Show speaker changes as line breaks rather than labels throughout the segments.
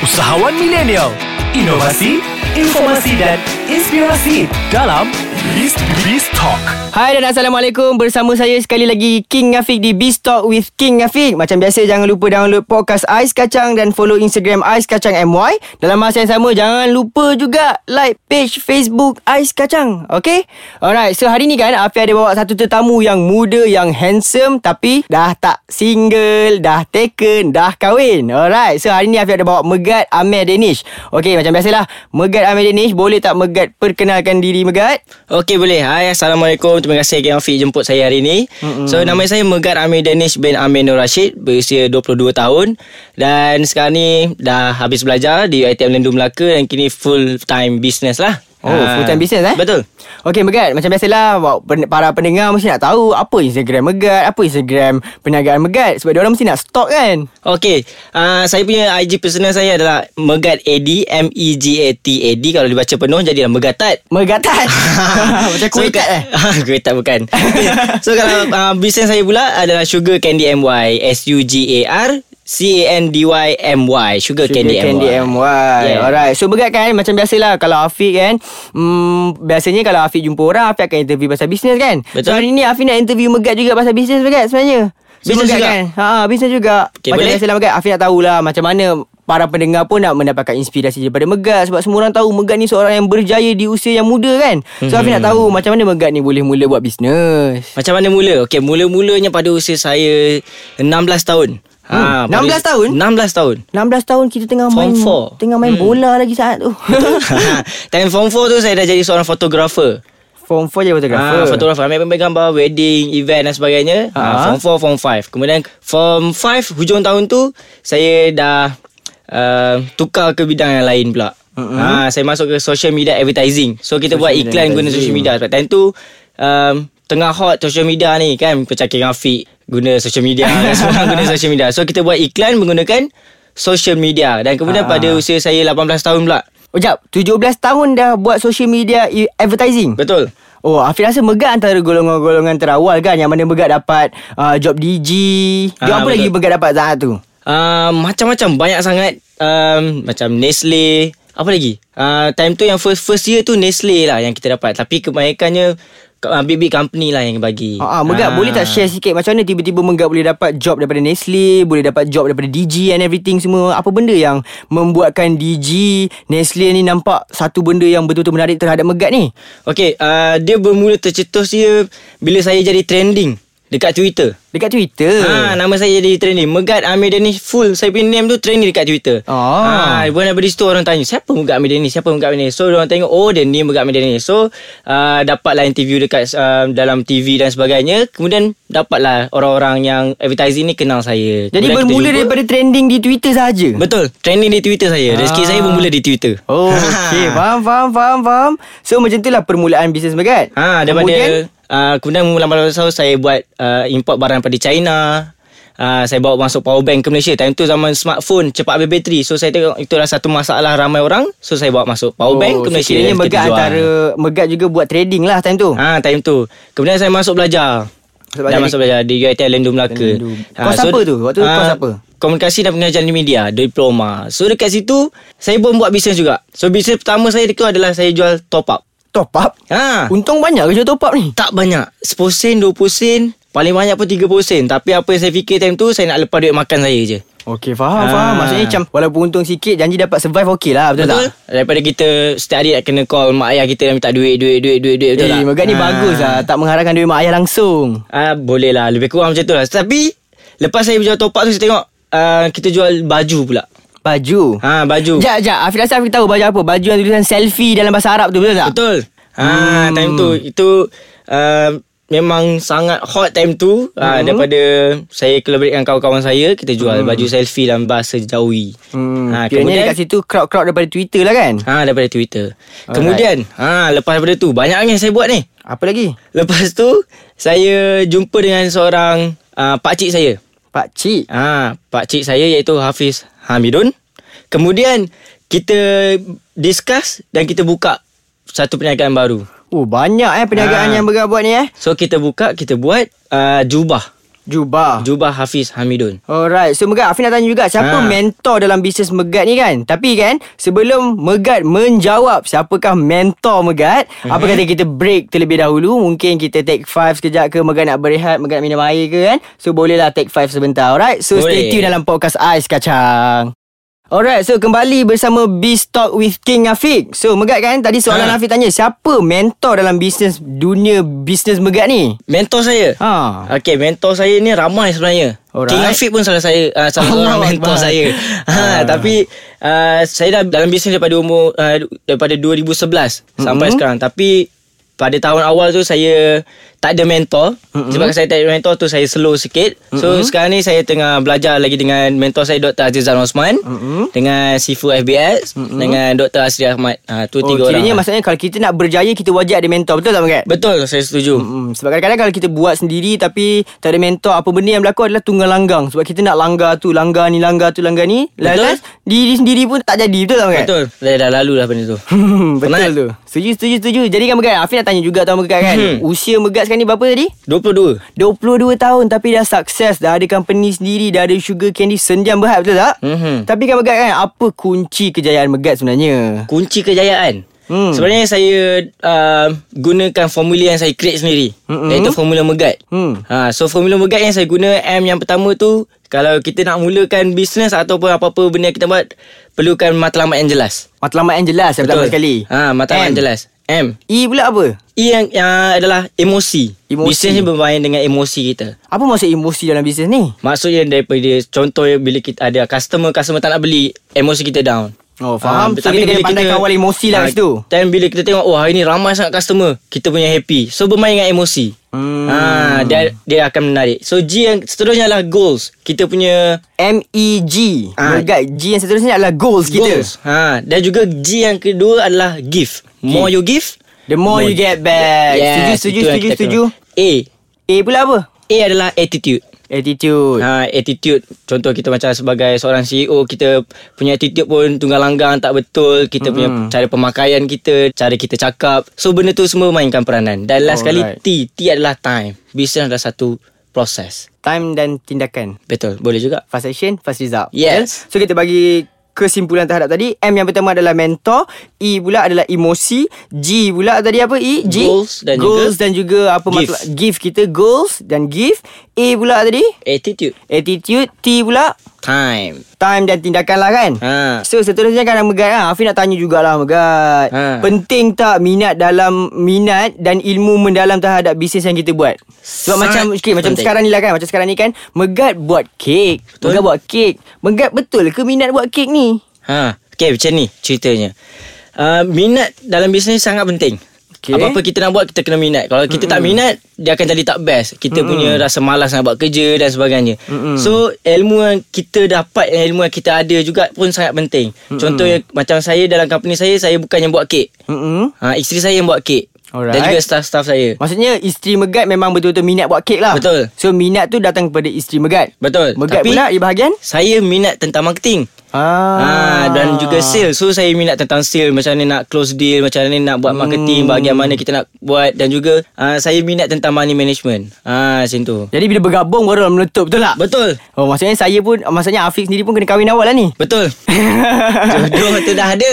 Usahawan milenial, inovasi, informasi dan inspirasi dalam Biz Biz Talk.
Hai dan Assalamualaikum Bersama saya sekali lagi King Afiq di Beast Talk with King Afiq Macam biasa jangan lupa download podcast Ais Kacang Dan follow Instagram Ais Kacang MY Dalam masa yang sama jangan lupa juga Like page Facebook Ais Kacang Okay Alright so hari ni kan Afiq ada bawa satu tetamu yang muda Yang handsome Tapi dah tak single Dah taken Dah kahwin Alright so hari ni Afiq ada bawa Megat Amir Danish Okay macam biasalah Megat Amir Danish Boleh tak Megat perkenalkan diri Megat?
Okey boleh. Hai Assalamualaikum. Terima kasih Kang Afiq jemput saya hari ini. Mm-mm. So nama saya Megat Amir Danish bin Amir Nur Rashid berusia 22 tahun dan sekarang ni dah habis belajar di UiTM Lendu Melaka dan kini full time business lah.
Oh, full time
Ah,
business, eh?
Betul.
Okey Megat Macam biasalah wa- pen- Para pendengar mesti nak tahu Apa Instagram Megat Apa Instagram Perniagaan Megat Sebab diorang mesti nak stok kan
Okey, uh, saya punya IG personal saya adalah Megat AD, M E G A T A D kalau dibaca penuh jadilah Megatat.
Megatat Macam kuih
So,
tat eh
Kuih tat bukan So kalau uh, Bisnes saya pula Adalah Sugar Candy MY S-U-G-A-R C-A-N-D-Y M-Y
Sugar
Sugar, Candy,
Candy
MY,
MY yeah.
Yeah.
Alright So Megat kan Macam biasalah Kalau Afiq kan mm, Biasanya kalau Afiq jumpa orang Afiq akan interview pasal bisnes kan So
Betul.
hari ni Afiq nak interview Megat juga Pasal bisnes Megat sebenarnya So,
Bisnes
Megat
juga?
kan ha, ha, Bisnes juga
Okay,
Macam
boleh.
biasalah Megat Afiq nak tahulah Macam mana Para pendengar pun nak mendapatkan inspirasi daripada Megat Sebab semua orang tahu Megat ni seorang yang berjaya di usia yang muda kan So Afiq
Hmm.
nak tahu macam mana Megat ni boleh mula buat bisnes
Macam mana mula? Okey, mula-mulanya pada usia saya 16 tahun. Ha,
Hmm,
pada
16
usia-
tahun?
16 tahun.
16 tahun kita tengah
Form
main
four.
Tengah main hmm. bola lagi saat tu
Time form 4 tu saya dah jadi seorang fotografer.
Form 4 je
Ah,
fotografer
fotografer ambil ambil gambar wedding, event dan sebagainya.
Ah.
Ah, form 4, form 5. Kemudian form 5 hujung tahun tu saya dah uh, tukar ke bidang yang lain pula. Uh-huh. Ah, saya masuk ke social media advertising. So
Social
kita buat
media
iklan guna
advertising.
social media. Sebab time tu um, tengah hot social media ni kan pecah grafik guna social media dan semua orang guna social media. So kita buat iklan menggunakan social media dan kemudian
Ah.
pada usia saya 18 tahun pula.
Oh, jap. 17 tahun dah buat social media i- advertising.
Betul.
Oh, Afiq rasa Megat antara golongan-golongan terawal kan yang mana Megat dapat uh, job DJ. Job
Ah,
apa
betul.
lagi Megat dapat saat tu?
Uh, macam-macam banyak sangat um, macam Nestle apa lagi uh, time tu yang first first year tu Nestle lah yang kita dapat tapi kebanyakannya uh, big big company lah yang bagi
Ha ah, Megat boleh tak share sikit macam mana tiba-tiba Megat boleh dapat job daripada Nestle, boleh dapat job daripada DJ and everything semua. Apa benda yang membuatkan DJ Nestle ni nampak satu benda yang betul-betul menarik terhadap Megat ni?
Okay uh, dia bermula tercetus dia bila saya jadi trending dekat Twitter
Dekat Twitter.
Ha, nama saya jadi trainee Megat Amir Danish Full Saya punya name tu trainee dekat Twitter
Oh.
ha, Bukan daripada situ orang tanya Siapa Megat Amir Danish Siapa Megat Amir Danish So orang tengok Oh dia ni Megat Amir Danish So uh, dapatlah interview dekat uh, Dalam TV dan sebagainya Kemudian dapatlah Orang-orang yang advertising ni kenal saya
Jadi
Kemudian kita
bermula
jumpa.
daripada trending di Twitter saja.
Betul Training di Twitter saya
Ah.
Rezeki saya bermula di Twitter
Oh, okay. Faham, faham, faham, faham. So, macam tu lah permulaan bisnes Megat.
Ha, daripada
Kemudian,
kemudian, uh, kemudian mula-mula tahun saya buat uh, import barang daripada China. Uh, saya bawa masuk power bank ke Malaysia. Time tu zaman smartphone cepat habis bateri. So saya tengok itulah satu masalah ramai orang. So saya bawa masuk power
Oh,
bank ke Malaysia.
Sekiranya
Kita
Megat
jual.
antara Megat juga buat trading lah time tu ha,
Ah ha, time tu. Kemudian saya masuk belajar.
Sebab
Sebab dah
jadi-
masuk belajar di UiTM Lendu Melaka.
Lendu. Kos apa tu? Waktu tu kos
ah,
apa?
Komunikasi dan pengajian di media, diploma. So dekat situ saya pun buat bisnes juga. So bisnes pertama saya itu adalah saya jual top up.
Top up
Ha.
Untung banyak kerja top up ni
Tak banyak 10 sen 20 sen Paling banyak pun 30 sen Tapi apa yang saya fikir time tu Saya nak lepas duit makan saya je
Okey faham
Ah.
faham Maksudnya macam Walaupun untung sikit Janji dapat survive okey lah Betul, tak?
Daripada kita Setiap hari nak kena call Mak ayah kita Nak minta duit Duit duit duit, duit Betul
eh,
tak
Megat ni
Ah.
bagus lah Tak mengharapkan duit mak ayah langsung
Ah, Boleh lah Lebih kurang macam tu lah Tapi Lepas saya jual top up tu Saya tengok ah, Kita jual baju pula
Baju
Ha baju
Sekejap, sekejap Afiq rasa Afiq tahu baju apa Baju yang tulisan selfie dalam bahasa Arab tu Betul tak?
Betul ah,
Hmm.
Time tu Itu uh, Memang sangat hot time tu uh,
Hmm.
Daripada Saya collaborate dengan kawan-kawan saya Kita jual baju selfie dalam bahasa Jawi
Hmm,
Ah,
Kiranya dekat situ crowd-crowd daripada Twitter lah kan
Ha daripada Twitter.
Alright.
Kemudian ha lepas daripada tu banyak lagi yang saya buat ni.
Apa lagi?
Lepas tu saya jumpa dengan seorang uh, pak cik saya.
Pak Cik
Ha pak cik saya iaitu Hafiz Hamidun. Kemudian kita discuss dan kita buka satu perniagaan baru.
Oh banyak eh perniagaan
Ah.
yang Megat buat ni eh
So kita buka kita buat uh, jubah.
Jubah.
Jubah Hafiz Hamidun.
Alright, so Megat, Afif nak tanya juga siapa ha.
Ha.
mentor dalam bisnes Megat ni kan? Tapi kan, sebelum Megat menjawab siapakah mentor Megat,
Mhm.
mm-hmm. apa kata kita break terlebih dahulu? Mungkin kita take 5 sekejap ke Megat nak berehat, Megat nak minum air ke kan? So bolehlah take 5 sebentar. Alright, so stay
Boleh.
tune dalam podcast Ais Kacang. Alright, so kembali bersama Biz Talk with King Afiq. So Megat kan, tadi soalan ha.
Ha.
Afiq tanya siapa mentor dalam bisnes dunia bisnes Megat ni?
Mentor saya. Ha.
Ha.
Okey, mentor saya ni ramai sebenarnya.
Alright.
King Afiq pun salah saya uh, salah
Allah
seorang mentor
Akbar.
saya.
Ah.
Ha, tapi uh, saya dah dalam bisnes daripada umur uh, daripada 2011 mm-hmm. sampai sekarang. Tapi pada tahun awal tu saya tak ada mentor. Mm-hmm. Sebab saya tak ada mentor tu saya slow sikit. So mm-hmm. sekarang ni saya tengah belajar lagi dengan mentor saya Dr. Azizan Osman, mm-hmm. dengan Sifu FBS, mm-hmm. dengan Dr. Asri Ahmad. Ha, tu
Oh,
tiga orang.
kiranya maksudnya kalau kita nak berjaya kita wajib ada mentor betul tak Megat?
Betul, saya setuju.
Hmm, sebab kadang-kadang kalau kita buat sendiri tapi tak ada mentor apa benda yang berlaku adalah tunggang langgang sebab kita nak langgar tu langgar ni langgar tu langgar ni last diri sendiri pun tak jadi betul tak Megat?
Betul. Saya dah lalu lah benda tu.
Hmm, betul
Penat.
tu. Setuju setuju setuju. Jadi kan Megat, Afi nak tanya juga tau Megat kan.
Hmm.
Usia Megat sekarang ni berapa tadi?
22.
22 tahun tapi dah sukses Dah ada company sendiri Dah ada sugar candy Senjam berhad betul tak?
Mhm.
Tapi kan Megat kan Apa kunci kejayaan Megat sebenarnya?
Kunci kejayaan
Hmm.
hmm. Sebenarnya saya uh, Gunakan formula yang saya create sendiri
Mm-mm.
mm-hmm. Iaitu formula Megat
Hmm.
ha, So formula Megat yang saya guna M yang pertama tu Kalau kita nak mulakan bisnes Ataupun apa-apa benda yang kita buat Perlukan matlamat yang jelas
Matlamat yang jelas yang pertama
Betul.
sekali. Kan?
ha, Matlamat
M.
yang jelas M
E pula apa?
E yang, yang adalah emosi,
Emosi.
Bisnes ni bermain dengan emosi kita
Apa maksud emosi dalam bisnes ni?
Maksudnya daripada Contoh bila kita ada customer Customer tak nak beli Emosi kita down
Oh,
Ah,
faham. So, kita kena pandai kawal emosi lah kat situ.
Dan Ah, bila kita tengok Wah hari ni ramai sangat customer Kita punya happy So bermain dengan emosi
Hmm.
ha, dia, dia akan menarik So G yang seterusnya adalah goals Kita punya
MEG.
Ah.
Megat E G yang seterusnya adalah goals kita.
Goals ha, Dan juga G yang kedua adalah give More you give
The more you get back. Eh, setuju,
Yes, itu yang
setuju,
kita
setuju,
kena. A
setuju. A pula apa?
A adalah attitude
Attitude.
ha, attitude contoh kita macam sebagai seorang CEO kita punya attitude pun tunggang langgang tak betul kita mm-hmm. punya cara pemakaian kita cara kita cakap so benda tu semua mainkan peranan dan last sekali
Alright.
T T adalah time business adalah satu proses
Time dan tindakan.
betul boleh juga
Fast action, fast result. Betul?
Yes.
So, kita bagi kesimpulan terhadap tadi. M yang pertama adalah mentor. E pula adalah emosi. G pula tadi apa E? G?
Goals dan
goals
juga
dan juga apa
give.
masalah? Give kita goals dan give. A pula tadi?
attitude
Attitude. T pula?
time
Time dan tindakan lah kan
Ha.
So seterusnya kan Megat kan Afi nak tanya jugalah Megat
Ha.
Penting tak minat dalam Minat dan ilmu mendalam terhadap bisnes yang kita buat Sebab
Sangat
macam okay, Macam
penting.
sekarang ni lah kan Macam sekarang ni kan Megat buat kek
Betul.
Megat buat kek Megat betul ke minat buat kek ni?
ha okey macam ni ceritanya uh, minat dalam bisnes sangat penting
Okey.
Okay. Apa-apa kita nak buat Kita kena minat Kalau kita mm tak minat Dia akan jadi tak best Kita mm punya rasa malas Nak buat kerja Dan sebagainya mm So ilmu yang kita dapat yang Ilmu yang kita ada juga Pun sangat penting mm Contohnya Macam saya dalam company saya Saya bukan yang buat kek
Mm-mm.
ha, Isteri saya yang buat kek Dan
Mm. Alright.
juga staff-staff saya
Maksudnya isteri Megat memang betul-betul minat buat kek lah
Betul.
So minat tu datang kepada isteri Megat
Betul
Megat
Tapi
pula ia bahagian
Saya minat tentang marketing
Ah.
Ah. dan juga sales. So saya minat tentang sales macam mana nak close deal, macam mana nak buat marketing, hmm. bahagian mana kita nak buat dan juga ah, saya minat tentang money management. Ah macam tu.
Jadi bila bergabung baru lah meletup betul tak?
Betul.
Oh maksudnya saya pun Maksudnya Afiq sendiri pun kena kahwin awal lah ni
Betul. Jodoh tu dah ada.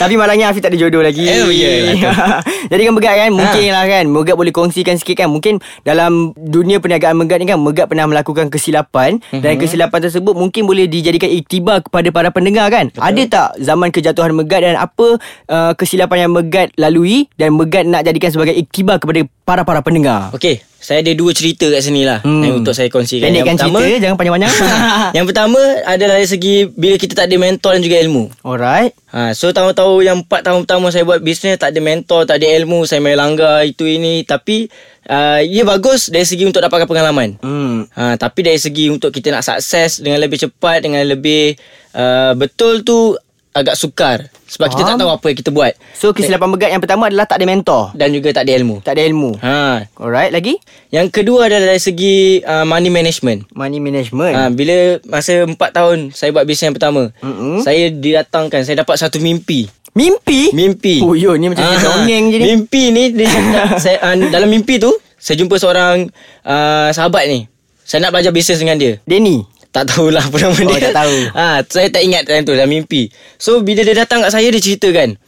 Tapi malangnya Afiq tak ada jodoh lagi
Eh, ya, ya. Ha.
Jadi kan Megat kan Mungkin lah kan Megat boleh kongsikan sikit kan Mungkin dalam dunia perniagaan Megat ni kan Megat pernah melakukan kesilapan
Mhm.
Dan kesilapan tersebut Mungkin boleh dijadikan iktibar Kepada para pendengar kan Ada tak zaman kejatuhan Megat Dan apa uh, kesilapan yang Megat lalui Dan Megat nak jadikan sebagai iktibar Kepada para-para pendengar
Okey, saya ada dua cerita kat sini lah
Hmm.
yang untuk saya kongsikan.
Pendekkan cerita Jangan panjang-panjang
yang pertama adalah dari segi bila kita tak ada mentor dan juga ilmu.
Alright
Ha, so tahu-tahu yang 4 tahun pertama saya buat bisnes tak ada mentor, tak ada ilmu, saya main langgar itu ini tapi uh, ia bagus dari segi untuk dapatkan pengalaman.
Hmm
Ha, tapi dari segi untuk kita nak sukses dengan lebih cepat, dengan lebih uh, betul tu agak sukar sebab kita
Faham.
tak tahu apa yang kita buat
So kesilapan Megat yang pertama adalah tak ada mentor
dan juga tak ada ilmu.
Tak ada ilmu
Ha.
Alright lagi
Yang kedua adalah dari segi uh, money management.
Money management
Ha, bila masa 4 tahun saya buat bisnes yang pertama,
Mm-mm.
saya didatangkan, saya dapat satu mimpi.
Mimpi
Mimpi.
Oh yo ni macam uh,
Ah,
dongeng je ni
Mimpi ni dia, saya, uh, ah, dalam mimpi tu Saya jumpa seorang uh, sahabat ni. Saya nak belajar bisnes dengan dia.
Denny
Tak tahulah apa nama
Oh,
dia
tak tahu.
ha, Saya tak ingat time tu Dalam mimpi So bila dia datang kat saya Dia cerita kan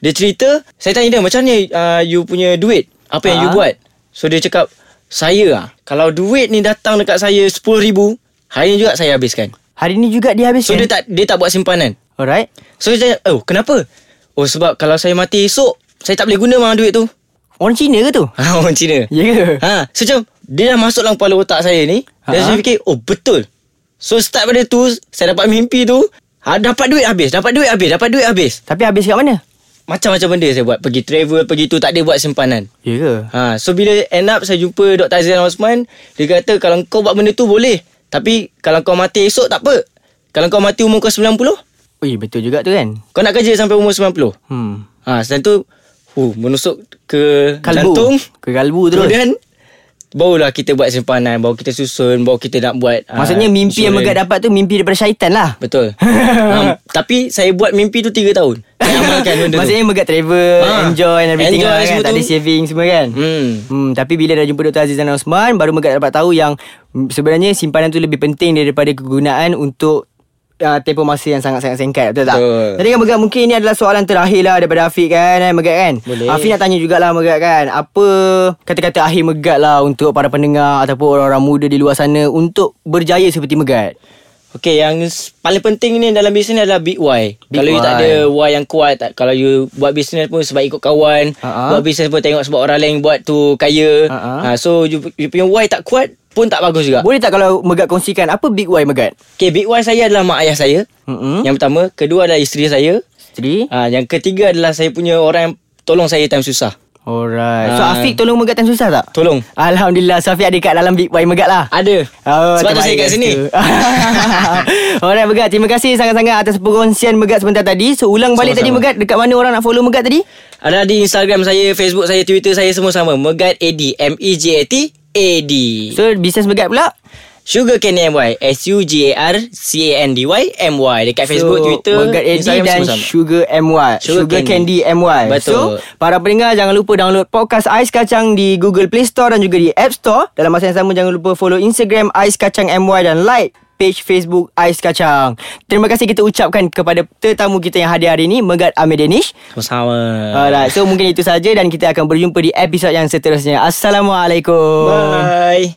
Dia cerita Saya tanya dia Macam ni uh, You punya duit Apa yang
Ah.
you buat So dia cakap Saya lah Kalau duit ni datang dekat saya RM10,000 Hari ni juga saya habiskan
Hari ni juga dia
So
habiskan
dia tak dia tak buat simpanan
Alright
So saya tanya Oh kenapa Oh sebab kalau saya mati esok Saya tak boleh guna mah duit tu
Orang Cina ke tu?
Ha orang Cina
Ya ke?
Ha, so macam dia dah masuk dalam kepala otak saya ni. Dan
Ha.
saya fikir, oh betul. So start pada tu, saya dapat mimpi tu. Ha, dapat duit habis, dapat duit habis, dapat duit habis.
Tapi habis kat mana?
Macam-macam benda saya buat. Pergi travel, pergi tu tak ada buat simpanan.
Ya ke?
Ha, so bila end up saya jumpa Dr. Azizan Osman, dia kata kalau kau buat benda tu boleh. Tapi kalau kau mati esok tak apa. Kalau kau mati umur kau 90,
Ui betul juga tu kan
kau nak kerja sampai umur 90.
Hmm
Ha, selain tu, huh, menusuk ke
Kalbu
jantung.
Ke kalbu terus
Kemudian Barulah kita buat simpanan Baru kita susun Baru kita nak buat ah,
Maksudnya mimpi yang
insurans.
Megat dapat tu Mimpi daripada syaitan lah
Betul um, Tapi saya buat mimpi tu 3 tahun Saya amalkan Kan benda tu
Maksudnya Megat travel
Ha.
Enjoy and everything
Enjoy
lah, kan?
semua
Tak
tu.
ada saving semua kan
hmm.
Hmm, tapi bila dah jumpa Dr. Azizan Osman Baru Megat dapat tahu yang mm, Sebenarnya simpanan tu lebih penting Daripada kegunaan untuk uh, Tempoh masa yang sangat-sangat singkat Betul tak?
Betul.
Jadi kan Megat mungkin ini adalah soalan terakhir lah Daripada Afiq kan eh, Megat kan?
Boleh.
Afiq nak tanya jugalah Megat kan Apa kata-kata akhir Megat lah Untuk para pendengar Ataupun orang-orang muda di luar sana Untuk berjaya seperti Megat
Okay yang s- paling penting ni dalam bisnes adalah big why
Big
Kalau you tak
why. Ha,
ada why yang kuat tak, Kalau you buat bisnes pun sebab ikut kawan
Ha-ha.
Buat bisnes pun tengok sebab orang lain buat tu kaya
Ha-ha.
Ah, So you, you punya why tak kuat pun tak bagus juga
Boleh tak kalau Megat kongsikan Apa big why Megat?
Okay big why saya adalah mak ayah saya
Mm-mm.
Yang pertama Kedua adalah isteri saya
Isteri
Ah, Yang ketiga adalah saya punya orang yang tolong saya time susah
Alright So
Ah.
Afiq tolong Megat time susah tak?
Tolong
Alhamdulillah So Afiq ada kat dalam big why Megat lah
Ada
Oh,
Sebab tu saya
terbaik
kat sini
tu. Alright Megat Terima kasih sangat-sangat Atas perkongsian Megat sebentar tadi So ulang balik
Sama-sama.
tadi Megat Dekat mana orang nak follow Megat tadi
Ada di Instagram saya Facebook saya Twitter saya semua sama Megat E AD M-E-G-A-T AD so,
So bisnes Megat pula
Sugar Candy MY S-U-G-A-R-C-A-N-D-Y M-Y Dekat Facebook,
so,
Twitter
Megat AD
Instagram
dan
semua sama
Sugar MY Sugar,
Sugar
Candy.
Candy.
MY So
Betul.
para pendengar Jangan lupa download podcast Ais Kacang Di Google Play Store Dan juga di App Store Dalam masa yang sama Jangan lupa follow Instagram Ais Kacang MY Dan like page Facebook Ais Kacang Terima kasih kita ucapkan kepada tetamu kita yang hadir hari ini Megat Amir Danish
Sama-sama
Alright, so mungkin itu saja dan kita akan berjumpa di episod yang seterusnya. Assalamualaikum.
Bye